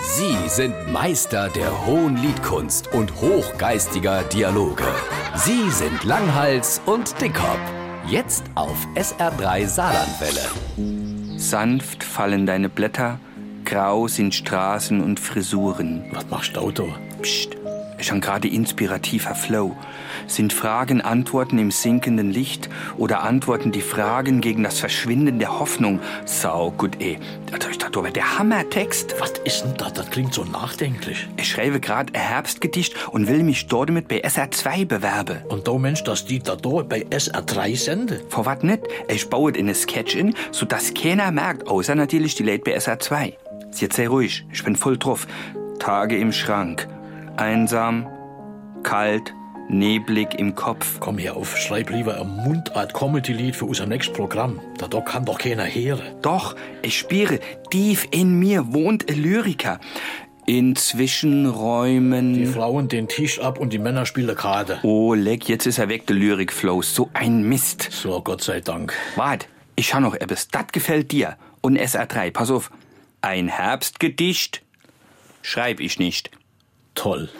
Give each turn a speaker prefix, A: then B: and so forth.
A: Sie sind Meister der hohen Liedkunst und hochgeistiger Dialoge. Sie sind Langhals und Dickhop. Jetzt auf SR3 Saarlandwelle.
B: Sanft fallen deine Blätter, grau sind Straßen und Frisuren.
C: Was machst du da?
B: Psst, schon gerade inspirativer Flow. Sind Fragen Antworten im sinkenden Licht oder Antworten die Fragen gegen das Verschwinden der Hoffnung? Sau gut eh. Also ich dachte, aber der Hammertext.
C: Was ist denn das? Das klingt so nachdenklich.
B: Ich schreibe gerade ein Herbstgedicht und will mich dort mit bei SR2 bewerben.
C: Und da Mensch, dass die da dort bei SR3 sende?
B: Vor was nicht? Ich baue in eine Sketch in, sodass keiner merkt, außer natürlich die Leute bei SR2. Ist jetzt sehr ruhig. Ich bin voll drauf. Tage im Schrank einsam, kalt, neblig im Kopf.
C: Komm hier auf, schreib lieber ein Mundart-Comedy-Lied für unser nächstes Programm. Da doch kann doch keiner hören.
B: Doch, ich spüre, tief in mir wohnt ein Lyriker. In Zwischenräumen.
C: Die Frauen den Tisch ab und die Männer spielen Karte.
B: Mhm. Oh, leck, jetzt ist er weg, der Lyrik-Flow. So ein Mist.
C: So, Gott sei Dank.
B: Wart, ich hab noch etwas. Das gefällt dir. Und SR3, pass auf. Ein Herbstgedicht schreib ich nicht
C: toll.